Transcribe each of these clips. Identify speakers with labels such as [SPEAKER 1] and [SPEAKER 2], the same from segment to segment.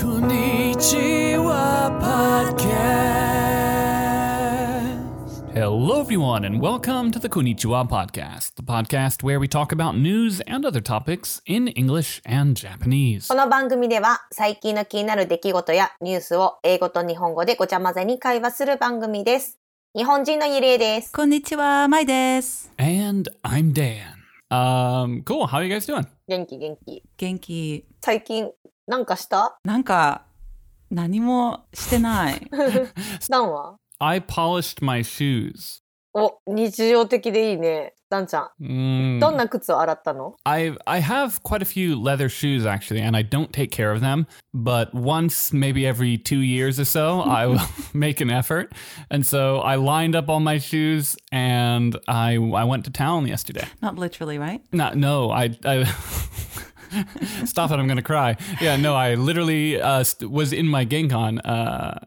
[SPEAKER 1] こんにちは、podcast. Hello, everyone, and welcome to the Konnichiwa podcast, the podcast where we talk about news and other topics in English and Japanese.
[SPEAKER 2] この番組では最近の気になる出来事やニュースを英語と日本語でごちゃ混ぜに会話する番組です。日本人のゆりえです。
[SPEAKER 3] こんにちは、まいです。
[SPEAKER 1] And I'm Dan. Um, cool. How are you guys doing?
[SPEAKER 2] 元気元気。
[SPEAKER 3] 元気。
[SPEAKER 2] 最近なんかした
[SPEAKER 3] なんか、何もしてない。
[SPEAKER 2] ダンは
[SPEAKER 1] I polished my shoes.
[SPEAKER 2] お、日常的でいいね。ダンちゃ
[SPEAKER 1] Mm.
[SPEAKER 2] ん、どんな靴を洗ったの、
[SPEAKER 1] I I have quite a few leather shoes actually, and I don't take care of them. But once, maybe every two years or so, I will make an effort. And so I lined up all my shoes, and I I went to town yesterday.
[SPEAKER 3] Not literally, right?
[SPEAKER 1] Not no, I I. Stop it! I'm gonna cry. Yeah, no, I literally uh, st- was in my Genkan uh,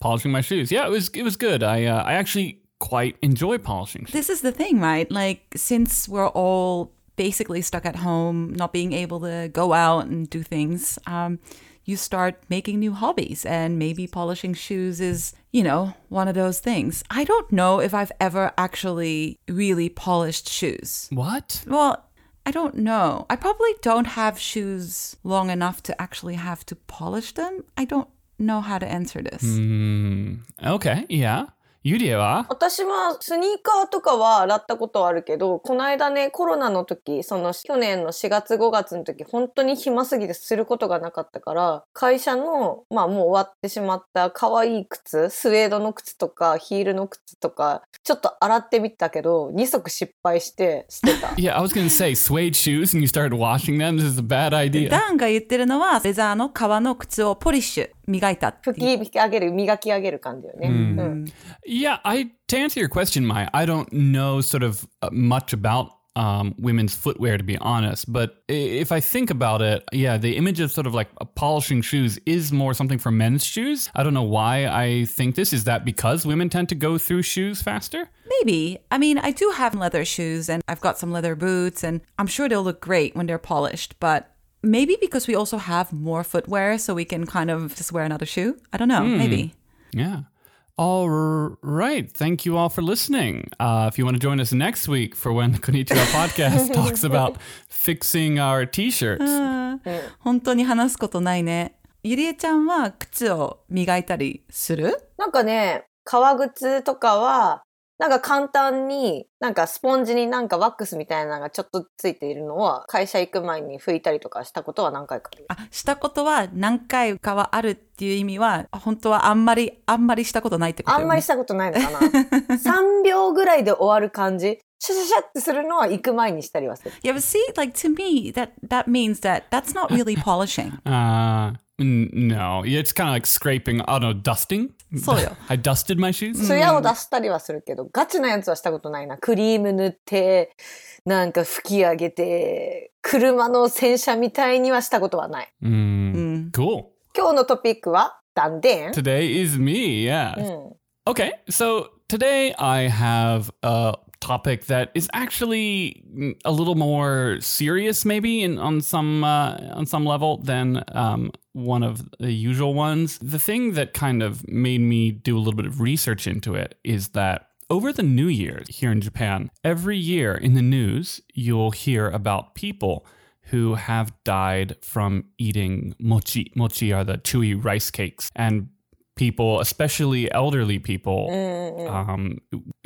[SPEAKER 1] polishing my shoes. Yeah, it was it was good. I uh, I actually quite enjoy polishing. shoes.
[SPEAKER 3] This is the thing, right? Like, since we're all basically stuck at home, not being able to go out and do things, um, you start making new hobbies. And maybe polishing shoes is, you know, one of those things. I don't know if I've ever actually really polished shoes.
[SPEAKER 1] What?
[SPEAKER 3] Well, I don't know. I probably don't have shoes long enough to actually have to polish them. I don't know how to answer this.
[SPEAKER 1] Mm, okay. Yeah. You do, ah?。
[SPEAKER 2] 私はスニーカーとかは洗ったことはあるけど、この間ね、コロナの時、その去年の4月5月の時、本当に暇すぎてすることがなかったから、会社の、まあもう終わってしまった可愛い靴、スウェードの靴とか、ヒールの靴とか、ちょっと洗ってみたけど、2足失敗して捨てた
[SPEAKER 1] Yeah, I was gonna say suede shoes, and you started washing them. This is a bad idea.
[SPEAKER 3] ダンが言ってるのはレザーの革の靴をポリッシュ磨いたっていう
[SPEAKER 2] 拭き上げる、磨き上げる感じよね。
[SPEAKER 1] うん
[SPEAKER 2] うん
[SPEAKER 1] yeah, I to answer your question, Mai, I don't know sort of uh, much about um, women's footwear to be honest. But i- if I think about it, yeah, the image of sort of like a polishing shoes is more something for men's shoes. I don't know why I think this. Is that because women tend to go through shoes faster?
[SPEAKER 3] Maybe. I mean, I do have leather shoes and I've got some leather boots, and I'm sure they'll look great when they're polished, but maybe because we also have more footwear, so we can kind of just wear another shoe. I don't know. Maybe.
[SPEAKER 1] Yeah. All right. Thank you all for listening. Uh, if you want to join us next week for when the Konnichiwa podcast talks about fixing our t shirts.
[SPEAKER 3] 本当に話すことないね。ゆりえちゃんは靴を磨いたりする
[SPEAKER 2] なんかね、革靴とかは、なんか簡単に、なんかスポンジになんかワックスみたいなのがちょっとついているのは、会社行く前に拭いたりとかしたことは何回かある。
[SPEAKER 3] あ、したことは何回かはあるっていう意味は、本当はあんまり、あんまりしたことないってこと
[SPEAKER 2] あ
[SPEAKER 3] よね、
[SPEAKER 2] んまりしたことないのかな。3秒ぐらいで終わる感じ、シャシャシャってするのは行く前にしたりはする。
[SPEAKER 3] Yeah, but see, like to me, that, that means that that's not really polishing.
[SPEAKER 1] Uh, n- no, it's kind of like scraping, I don't know, dusting.
[SPEAKER 3] Soil.
[SPEAKER 1] I dusted my shoes.
[SPEAKER 2] 艶を出したりはするけど、ガチなやつはしたことないな。クリーム塗って、なんか拭き上げて、車の洗車みたいにはしたことはない。
[SPEAKER 1] Mm,
[SPEAKER 3] うん。
[SPEAKER 1] Cool.
[SPEAKER 2] 今日のトピックは、断電
[SPEAKER 1] Today is me. Yeah.
[SPEAKER 2] うん。
[SPEAKER 1] Okay, so today I have a topic that is actually a little more serious, maybe, in, on some uh, on some level than um, one of the usual ones. The thing that kind of made me do a little bit of research into it is that over the New Year here in Japan, every year in the news you'll hear about people who have died from eating mochi. Mochi are the chewy rice cakes, and people, especially elderly people,
[SPEAKER 2] うんうんうん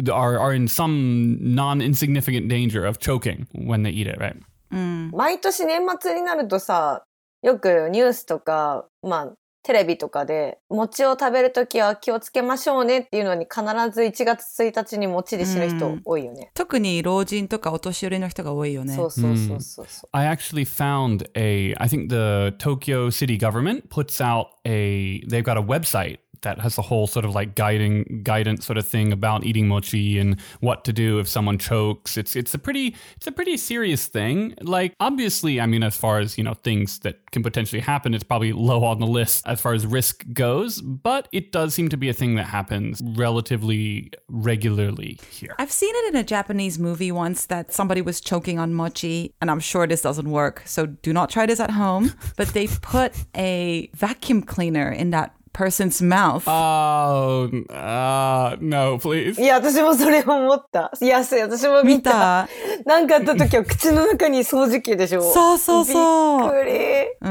[SPEAKER 1] um, are are in some non insignificant danger of choking when they eat it, right?
[SPEAKER 3] うん。
[SPEAKER 2] 毎年年末になるとさよくニュースとかまあテレビとかで餅を食べるときは気をつけましょうねっていうのに必ず1月1日に餅で死ぬ人多いよね。
[SPEAKER 3] 特に老人とかお年寄りの人が多いよね。
[SPEAKER 2] そうそうそうそうそ
[SPEAKER 1] I actually found a. I think the Tokyo city government puts out a. They've got a website that has a whole sort of like guiding guidance sort of thing about eating mochi and what to do if someone chokes. It's it's a pretty it's a pretty serious thing. Like obviously, I mean, as far as you know, things that can potentially happen, it's probably low on the list as far as risk goes. But it does seem to be a thing that happens relatively regularly here.
[SPEAKER 3] I've seen it in a Japanese movie once that somebody was choking on mochi, and I'm sure this doesn't work, so do not try this at home. But they put a vacuum cleaner in that person's mouth.
[SPEAKER 1] Oh, uh, no, please.
[SPEAKER 2] いや、私もそれ思った。いや、そう私も見
[SPEAKER 3] 見
[SPEAKER 2] た。
[SPEAKER 3] た
[SPEAKER 2] なんかあった時は口の中に掃除機でしょ。
[SPEAKER 3] そうそうそう
[SPEAKER 2] びっくり。
[SPEAKER 3] う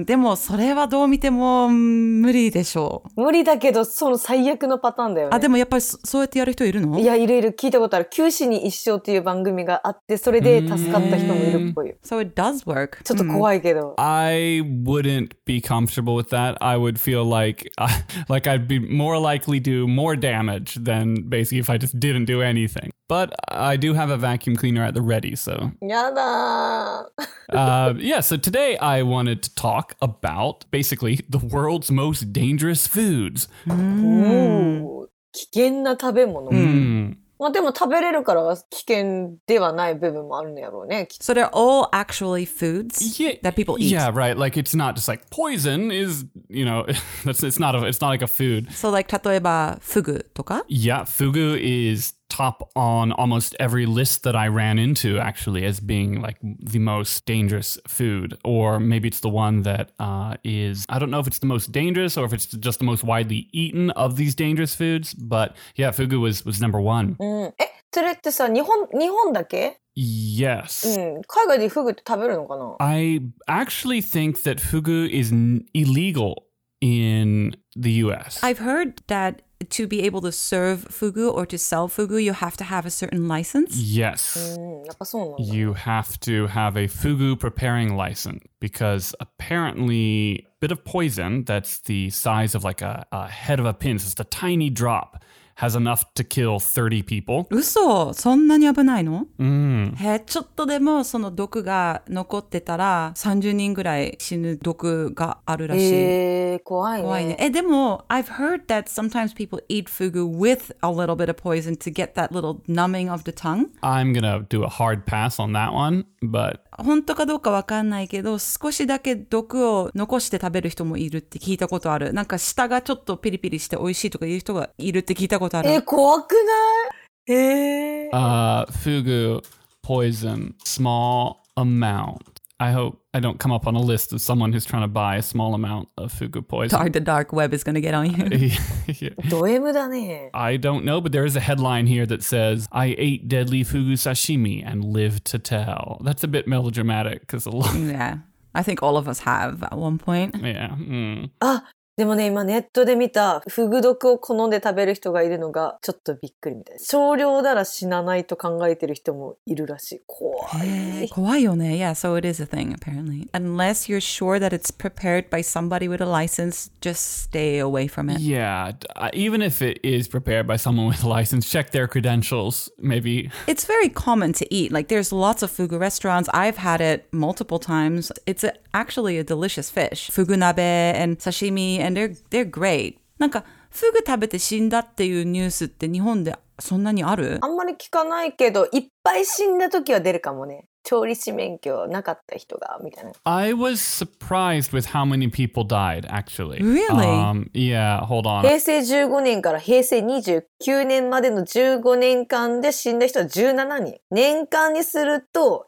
[SPEAKER 3] ん、でもそれはどう見てもうん無理でしょう。
[SPEAKER 2] 無理だけど、その最悪のパターンだよね。
[SPEAKER 3] あ、でもやっぱりそそうやってやる人いるの
[SPEAKER 2] いや、いるいる。聞いたことある。九死に一生っていう番組があって、それで助かった人もいるっぽいよ。
[SPEAKER 3] So it does work.
[SPEAKER 2] ちょっと怖いけど。
[SPEAKER 1] I wouldn't be comfortable with that. I would feel like I, like I'd be more likely to do more damage than basically if I just didn't do anything. But I do have a vacuum cleaner at the ready, so
[SPEAKER 2] やだー。
[SPEAKER 1] uh, yeah, so today I wanted to talk about basically the world's most dangerous foods.
[SPEAKER 2] おー危険な食べ物。
[SPEAKER 1] Mm.
[SPEAKER 2] まあでも食べれるから危険ではない部分もあるんやろうね。きっ
[SPEAKER 3] So they're all actually foods
[SPEAKER 1] Yeah,
[SPEAKER 3] that people eat.
[SPEAKER 1] Yeah, right. Like it's not just like poison is, you know, that's it's not a, it's not like a food.
[SPEAKER 3] So like 例えばフグとか
[SPEAKER 1] Yeah, fugu is top on almost every list that I ran into, actually, as being like the most dangerous food. Or maybe it's the one that uh, is, I don't know if it's the most dangerous or if it's just the most widely eaten of these dangerous foods. But yeah, fugu was, was number one.
[SPEAKER 2] とうん。え、それってさ、日本、日本だけ
[SPEAKER 1] Yes.
[SPEAKER 2] うん。海外でフグって食べるのかな
[SPEAKER 1] I actually think that fugu is n- illegal in the US.
[SPEAKER 3] I've heard that to be able to serve fugu or to sell fugu, you have to have a certain license.
[SPEAKER 1] yes.
[SPEAKER 2] うん。やっぱそうなんだ。
[SPEAKER 1] you have to have a fugu preparing license because apparently a bit of poison that's the size of like a, a head of a pin so it's a tiny drop has enough to kill 30 people
[SPEAKER 3] 嘘そんなに危ないの
[SPEAKER 1] mm.
[SPEAKER 3] へちょっとでもその毒が残ってたら30人ぐらい死ぬ毒があるらしい。
[SPEAKER 2] えー、怖いね。
[SPEAKER 3] 怖いね。え、でも、I've Eh, heard that sometimes people eat fugu with a little bit of poison to get that little numbing of the tongue.
[SPEAKER 1] i'm gonna do a hard pass on that one but
[SPEAKER 3] 本当かどうかわかんないけど、少しだけ毒を残して食べる人もいるって聞いたことある。なんか舌がちょっとピリピリして美味しいとかいう人がいるって聞いたことある。
[SPEAKER 2] えー、怖くないえー。
[SPEAKER 1] uh, fugu poison small amount i hope i don't come up on a list of someone who's trying to buy a small amount of fugu poison
[SPEAKER 3] Dark, the dark web is gonna get on you.
[SPEAKER 1] Yeah.
[SPEAKER 2] ド M だね。
[SPEAKER 1] I don't know, but there is a headline here that says, I ate deadly fugu sashimi and lived to tell. That's a bit melodramatic because a lot.
[SPEAKER 3] yeah. I think all of us have at one point.
[SPEAKER 1] Yeah. mm.
[SPEAKER 2] あでもね今ネットで見たフグ毒を好んで食べる人がいるのがちょっとびっくりみたい少量なら死なないと考えてる人もいるらしい怖い
[SPEAKER 3] 怖いよね。Yeah, eh? so it is a thing apparently. Unless you're sure that it's prepared by somebody with a license, just stay away from it.
[SPEAKER 1] Yeah. d- uh, Even if it is prepared by someone with a license, check their credentials. Maybe.
[SPEAKER 3] It's very common to eat. Like there's lots of fugu restaurants. I've had it multiple times. It's a, actually a delicious fish. Fugu nabe and sashimi and they're they're great. なんかフグ食べて死んだっていうニュースって日本でそんなにある
[SPEAKER 2] あんまり聞かないけどいっぱい死んだ時は出るかもね調理師免許なかった人がみたいな
[SPEAKER 1] I was surprised with how many people died, actually.
[SPEAKER 3] Really?
[SPEAKER 1] Um, yeah. Hold on.
[SPEAKER 2] 平成15年から平成29年までの15年間で死んだ人は17人年間にすると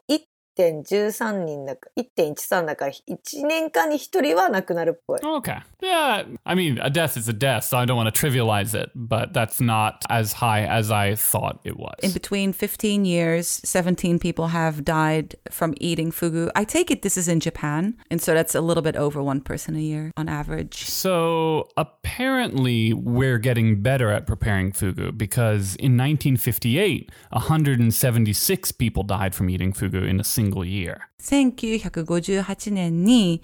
[SPEAKER 2] 1.13人だか1.13だから1年間に1人は亡くなるっぽい
[SPEAKER 1] Okay. Yeah. I mean, a death is a death, so I don't want to trivialize it, but that's not as high as I thought it was.
[SPEAKER 3] In between 15 years, 17 people have died from eating fugu. I take it this is in Japan, and so that's a little bit over one person a year on average.
[SPEAKER 1] So apparently, we're getting better at preparing fugu because in 1958, 176 people died from eating fugu in a single year.
[SPEAKER 3] 1958年に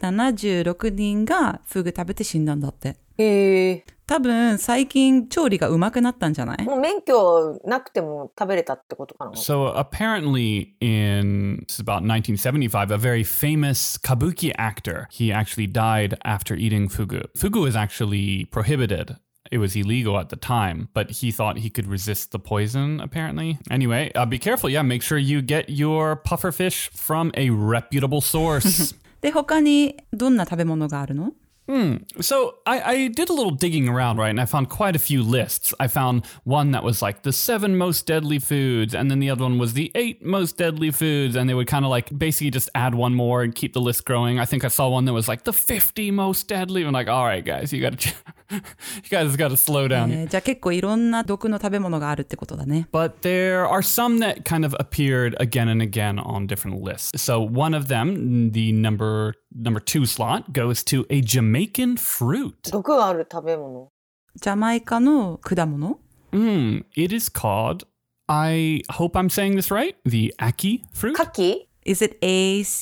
[SPEAKER 3] 176人がフグ食べて死んだんだって。
[SPEAKER 2] へえ
[SPEAKER 3] 多分最近調理がうまくなったんじゃない
[SPEAKER 2] もう免許なくても食べれたってことかな
[SPEAKER 1] So apparently, in it's about 1975, a very famous kabuki actor he actually died after eating fugu. Fugu is actually prohibited. It was illegal at the time, but he thought he could resist the poison. Apparently, anyway, uh, be careful. Yeah, make sure you get your pufferfish from a reputable source.
[SPEAKER 3] で他にどんな食べ物があるの
[SPEAKER 1] So I, I did a little digging around, right? And I found quite a few lists. I found one that was like the seven most deadly foods, and then the other one was the eight most deadly foods, and they would kind of like basically just add one more and keep the list growing. I think I saw one that was like the fifty most deadly. I'm like, all right, guys, you gotta, ch- you guys gotta slow down.
[SPEAKER 3] えーじゃあ結構いろんな毒の食べ物があるってことだね。
[SPEAKER 1] But there are some that kind of appeared again and again on different lists. So one of them, the number number two slot, goes to a Jamaican fruit.
[SPEAKER 2] 毒がある食べ物
[SPEAKER 3] ジャマイカの果物
[SPEAKER 1] Mm, it is called, I hope I'm saying this right, the Aki fruit?
[SPEAKER 2] 牡蠣
[SPEAKER 3] Is it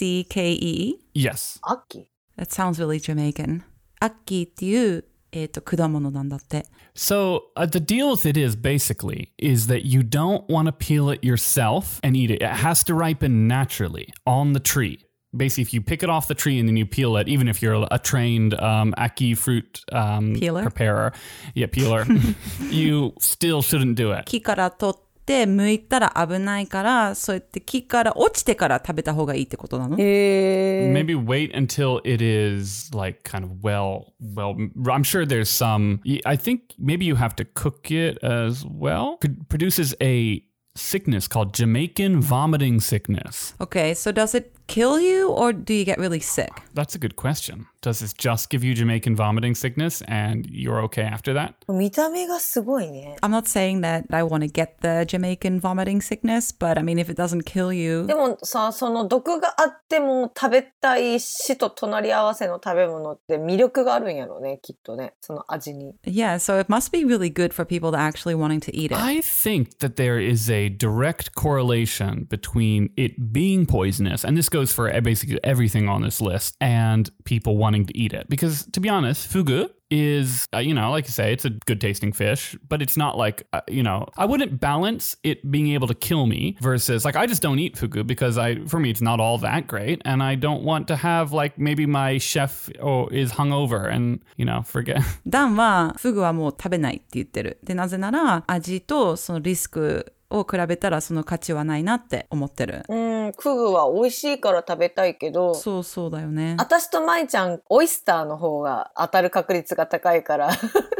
[SPEAKER 3] A-C-K-E?
[SPEAKER 1] yes.
[SPEAKER 2] 秋
[SPEAKER 3] That sounds really Jamaican. アッキーっていう、えー、と果物なんだって。
[SPEAKER 1] So uh, the deal with it is basically is that you don't want to peel it yourself and eat it. It has to ripen naturally on the tree. Basically, if you pick it off the tree and then you peel it, even if you're a trained um, Aki fruit um,
[SPEAKER 3] Peeler?
[SPEAKER 1] preparer, yeah, peeler, you still shouldn't do it.
[SPEAKER 3] 木から取って剥いたら危ないから、そうやって木から落ちてから食べた方がいいってことなの
[SPEAKER 2] へえ
[SPEAKER 1] Maybe wait until it is like kind of well, well. I'm sure there's some. I think maybe you have to cook it as well. Could- Produces a sickness called Jamaican vomiting sickness.
[SPEAKER 3] Okay, so does it kill you or do you get really sick?
[SPEAKER 1] That's a good question. Does this just give you Jamaican vomiting sickness and you're okay after that?
[SPEAKER 2] 見た目がすごいね
[SPEAKER 3] I'm not saying that I want to get the Jamaican vomiting sickness, but I mean, if it doesn't kill you,
[SPEAKER 2] でもさその毒があっても食べたい死と隣り合わせの食べ物って魅力があるんやろうねきっとねその味に
[SPEAKER 3] yeah, so it must be really good for people that are actually wanting to eat it.
[SPEAKER 1] I think that there is a direct correlation between it being poisonous, and this goes for basically everything on this list, and people wanting to eat it. Because to be honest, fugu is, uh, you know, like you say, it's a good tasting fish, but it's not like, uh, you know, I wouldn't balance it being able to kill me versus like I just don't eat fugu because I, for me, it's not all that great, and I don't want to have like maybe my chef or is hungover and you know forget.
[SPEAKER 3] ダンはフグはもう食べないって言ってる。で、なぜなら味とそのリスクを比べたらその価値はないなって思ってる。
[SPEAKER 2] うんフグは美味しいから食べたいけど
[SPEAKER 3] そうそうだよね。
[SPEAKER 2] 私と舞ちゃんオイスターの方が当たる確率が高いから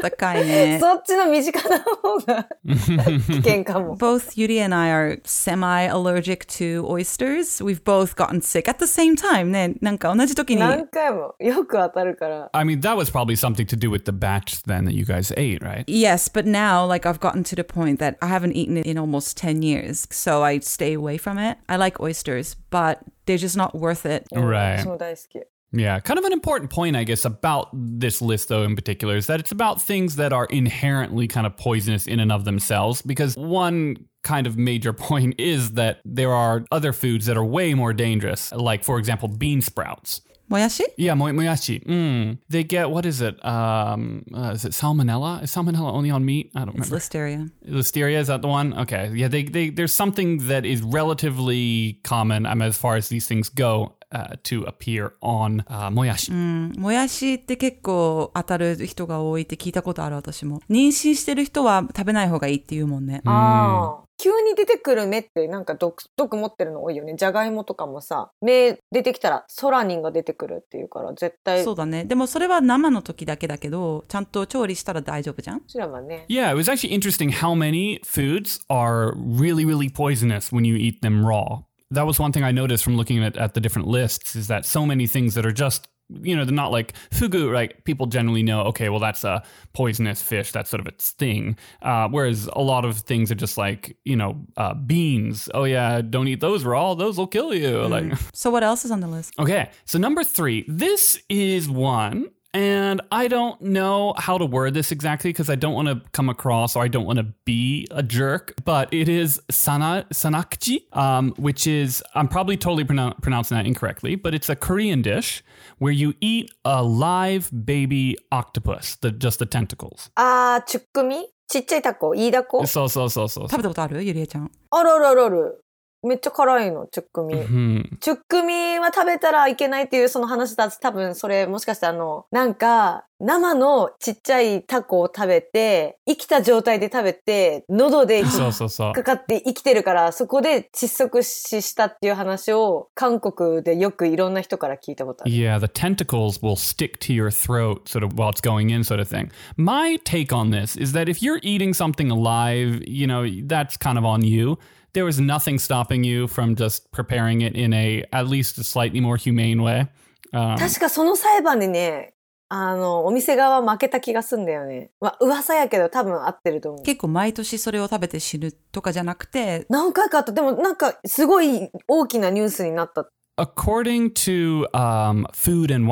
[SPEAKER 3] 高いね。
[SPEAKER 2] そっちの身近な方 が危険かも
[SPEAKER 3] Both Yuri and I are semi allergic to oysters. We've both gotten sick at the same time ね。なんか同じ時に。
[SPEAKER 2] 何回もよく当たるから
[SPEAKER 1] I mean, that was probably something to do with the batch then that you guys ate, right?
[SPEAKER 3] Yes, but now like I've gotten to the point that I haven't eaten it in almost 10 years. So I stay away from it. I like oysters, but they're just not worth it.
[SPEAKER 2] 私
[SPEAKER 1] Right.
[SPEAKER 2] も大好き
[SPEAKER 1] Yeah. Kind of an important point, I guess, about this list, though, in particular, is that it's about things that are inherently kind of poisonous in and of themselves. Because one kind of major point is that there are other foods that are way more dangerous, like, for example, bean sprouts.
[SPEAKER 3] もやし
[SPEAKER 1] Yeah, moy- moyashi. Mm. They get, what is it? Um, uh, is it salmonella? Is salmonella only on meat? I don't remember.
[SPEAKER 3] It's listeria.
[SPEAKER 1] Listeria is that the one? Okay, yeah. They, they there's something that is relatively common. I mean, as far as these things go, uh, to appear on uh, moyashi.
[SPEAKER 3] もやしって結構当たる人が多いって聞いたことある私も。妊娠してる人は食べない方がいいって言うもんね。
[SPEAKER 2] ああ急に出てくる目ってなんか毒毒持ってるの多いよねじゃがいもとかもさ目出てきたらソラニンが出てくるっていうから絶対
[SPEAKER 3] そううだね。でもそれは生の時だけだけど、ちゃんと調理したら大丈夫じゃん
[SPEAKER 2] ちらはね
[SPEAKER 1] Yeah, it was actually interesting how many foods are really, really poisonous when you eat them raw. That was one thing I noticed from looking at, at the different lists is that so many things that are just, you know, they're not like fugu, right? People generally know, okay, well, that's a poisonous fish. That's sort of its thing. Uh, whereas a lot of things are just like, you know, uh, beans. Oh, yeah, don't eat those raw. Those will kill you. Like,
[SPEAKER 3] So what else is on the list?
[SPEAKER 1] Okay, so number three, this is one And I don't know how to word this exactly because I don't want to come across or I don't want to be a jerk, but it is sana sanakji, um, which is I'm probably totally pronoun- pronouncing that incorrectly, but it's a Korean dish where you eat a live baby octopus, the, just the tentacles.
[SPEAKER 2] あー、チュックミちっちゃいタコ、イイダコ
[SPEAKER 1] So so so so.
[SPEAKER 3] 食
[SPEAKER 1] so.
[SPEAKER 3] べたことあるゆりえちゃん。
[SPEAKER 2] あるあるあるある。めっちゃ辛いの、チュックミ。
[SPEAKER 1] Mhm.
[SPEAKER 2] チュックミは食べたらいけないっていうその話だと多分それもしかしてあの、なんか生のちっちゃいタコを食べて、生きた状態で食べて、喉で引っ
[SPEAKER 1] So so so.
[SPEAKER 2] かかって生きてるから、そこで窒息死したっていう話を韓国でよくいろんな人から聞いたことある。
[SPEAKER 1] Yeah, the tentacles will stick to your throat sort of while it's going in, sort of thing. My take on this is that if you're eating something alive, you know, that's kind of on you. There was nothing stopping you from just preparing it in a at least a slightly more humane way. Um,
[SPEAKER 2] 確かその裁判でね、あの、お店側負けた気がすんだよね。まあ、噂やけど多分合ってると思う。
[SPEAKER 3] 結構毎年それを食べて死ぬとかじゃなくて、
[SPEAKER 2] 何回かあった。でもなんかすごい大きなニュースになった
[SPEAKER 1] according to um,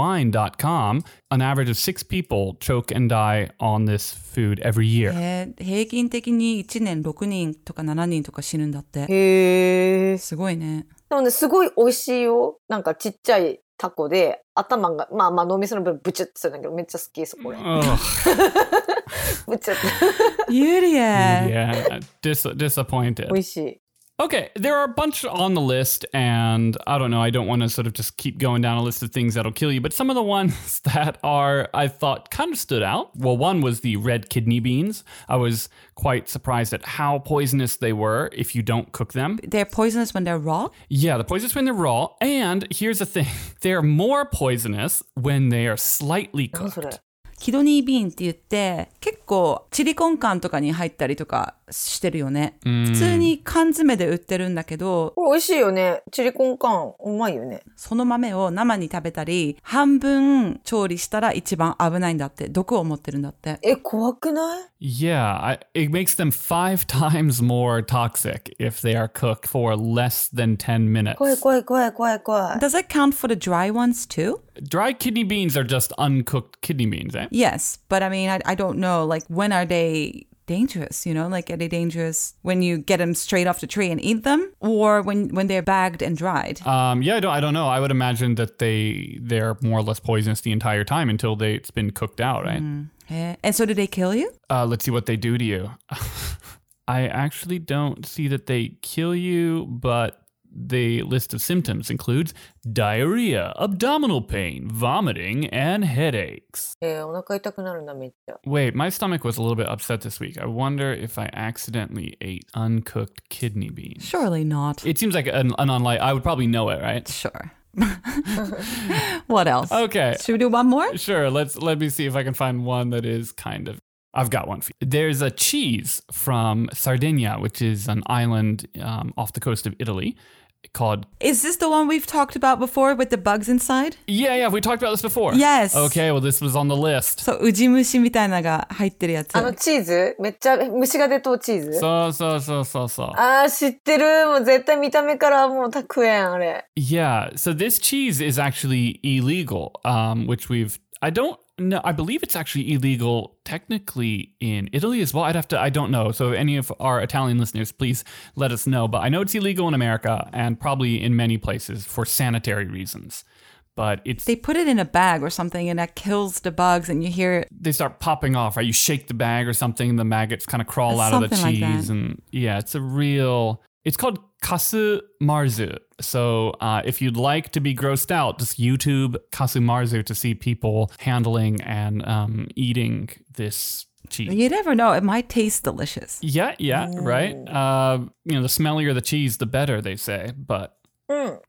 [SPEAKER 1] foodandwine.com, an average of six people choke and die on this food every year.
[SPEAKER 3] えー平均的に1年6人とか7人とか死ぬんだって。
[SPEAKER 2] へえ。
[SPEAKER 3] すごいね。
[SPEAKER 2] なので、すごい美味しいよ。なんかちっちゃいタコで、頭が、まあまあ脳みその部分ブチュッてするんだけど、めっちゃ好き、そこら。
[SPEAKER 1] Ugh,
[SPEAKER 2] ブチュッて。
[SPEAKER 3] ゆり
[SPEAKER 1] yeah,
[SPEAKER 3] え
[SPEAKER 1] dis- disappointed.
[SPEAKER 2] 美味しい。
[SPEAKER 1] Okay, there are a bunch on the list, and I don't know, I don't want to sort of just keep going down a list of things that'll kill you, but some of the ones that are, I thought, kind of stood out. Well, one was the red kidney beans. I was quite surprised at how poisonous they were if you don't cook them.
[SPEAKER 3] They're poisonous when they're raw?
[SPEAKER 1] Yeah, the poisonous when they're raw, and here's the thing they're more poisonous when they are slightly
[SPEAKER 2] 何それ
[SPEAKER 1] cooked.
[SPEAKER 3] キドニービーンって言って結構チリコン缶とかに入ったりとかしてるよね、普通に缶詰で売ってるんだけど
[SPEAKER 2] これ美味しいよね。チリコンカン、うまいよね。
[SPEAKER 3] その豆を生に食べたり半分調理したら一番危ないんだって毒を持ってるんだって
[SPEAKER 2] え、怖くない
[SPEAKER 1] Yeah, I, it makes them five times more toxic if they are cooked for less than 10 minutes.
[SPEAKER 2] 怖い怖い怖い怖い怖い。
[SPEAKER 3] Does that count for the dry ones too?
[SPEAKER 1] Dry kidney beans are just uncooked kidney beans, eh?
[SPEAKER 3] Yes, but I mean, I, I don't know. Like, when are they dangerous? You know, like, are they dangerous when you get them straight off the tree and eat them, or when when they're bagged and dried?
[SPEAKER 1] Um, yeah, I don't, I don't know. I would imagine that they they're more or less poisonous the entire time until they it's been cooked out, right?
[SPEAKER 3] Eh, And so, do they kill you?
[SPEAKER 1] Uh, let's see what they do to you. I actually don't see that they kill you, but the list of symptoms includes diarrhea, abdominal pain, vomiting, and headaches.
[SPEAKER 2] えーお腹痛くなるんだ、めっちゃ。
[SPEAKER 1] Wait, my stomach was a little bit upset this week. I wonder if I accidentally ate uncooked kidney beans.
[SPEAKER 3] Surely not.
[SPEAKER 1] It seems like an, an online. I would probably know it, right?
[SPEAKER 3] Sure. what else?
[SPEAKER 1] Okay.
[SPEAKER 3] Should we do one more?
[SPEAKER 1] Sure, let's let me see if I can find one that is kind of I've got one for you. There's a cheese from Sardinia, which is an island um, off the coast of Italy called
[SPEAKER 3] Is this the one we've talked about before with the bugs inside?
[SPEAKER 1] Yeah, yeah, we talked about this before.
[SPEAKER 3] Yes.
[SPEAKER 1] Okay, well this was on the list.
[SPEAKER 3] そう、ウジ虫みたいなのが入ってるやつ。
[SPEAKER 2] あのチーズめっちゃ虫が出とうチーズ
[SPEAKER 1] So so so so so.
[SPEAKER 2] あー、知ってる。もう絶対見た目からもうたくえん、あれ。
[SPEAKER 1] Yeah, so this cheese is actually illegal, um, which we've I don't know. I believe it's actually illegal technically in Italy as well. I'd have to. I don't know. So any of our Italian listeners, please let us know. But I know it's illegal in America and probably in many places for sanitary reasons. But it's
[SPEAKER 3] They put it in a bag or something and that kills the bugs and you hear
[SPEAKER 1] they start popping off. Right, you shake the bag or something, and the maggots kind of crawl out of the
[SPEAKER 3] Something like
[SPEAKER 1] cheese,
[SPEAKER 3] that.
[SPEAKER 1] and yeah, it's a real. It's called kasu marzu. So uh, if you'd like to be grossed out, just YouTube kasu marzu to see people handling and um, eating this cheese.
[SPEAKER 3] You never know. It might taste delicious.
[SPEAKER 1] Yeah, yeah, right.
[SPEAKER 3] Oh.
[SPEAKER 1] Uh, you know, the smellier the cheese, the better they say. But
[SPEAKER 2] うん。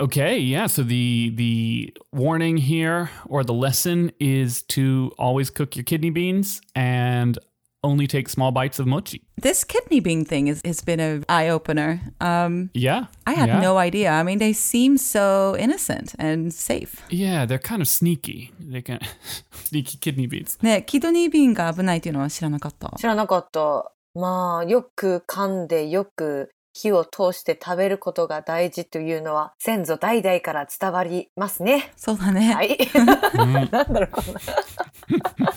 [SPEAKER 1] Okay, yeah. So the the warning here or the lesson is to always cook your kidney beans and only take small bites of mochi.
[SPEAKER 3] This kidney bean thing is, has been an eye opener. Um,
[SPEAKER 1] Yeah.
[SPEAKER 3] I had
[SPEAKER 1] yeah.
[SPEAKER 3] no idea. I mean, they seem so innocent and safe.
[SPEAKER 1] Yeah, they're kind of sneaky. They can sneaky kidney beans.
[SPEAKER 3] ね、キドニービーンが危ないっていうのは知らなかった。
[SPEAKER 2] 知らなかった。まあ、よく噛んで、よく火を通して食べることが大事というのは先祖代々から伝わりますね。
[SPEAKER 3] そうだね。
[SPEAKER 2] はい。なんだろうこんな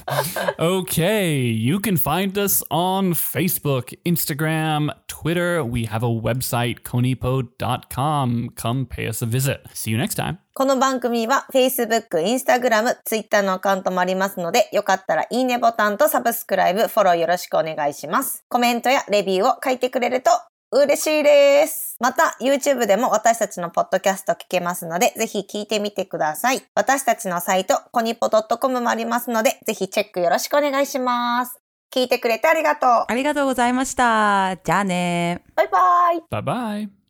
[SPEAKER 1] Okay, you can find us on Facebook, Instagram, Twitter. We have a website, conipo.com. Come pay us a visit. See you next time.
[SPEAKER 2] この番組は Facebook、Instagram、Twitter のアカウントもありますので、よかったらいいねボタンとサブスクライブ、フォローよろしくお願いします。コメントやレビューを書いてくれると嬉しいです。また、YouTube でも私たちのポッドキャスト聞けますので、ぜひ聞いてみてください。私たちのサイト、コニポ .com もありますので、ぜひチェックよろしくお願いします。聞いてくれてありがとう。
[SPEAKER 3] ありがとうございました。じゃあね。
[SPEAKER 2] バイバイ。
[SPEAKER 1] Bye bye.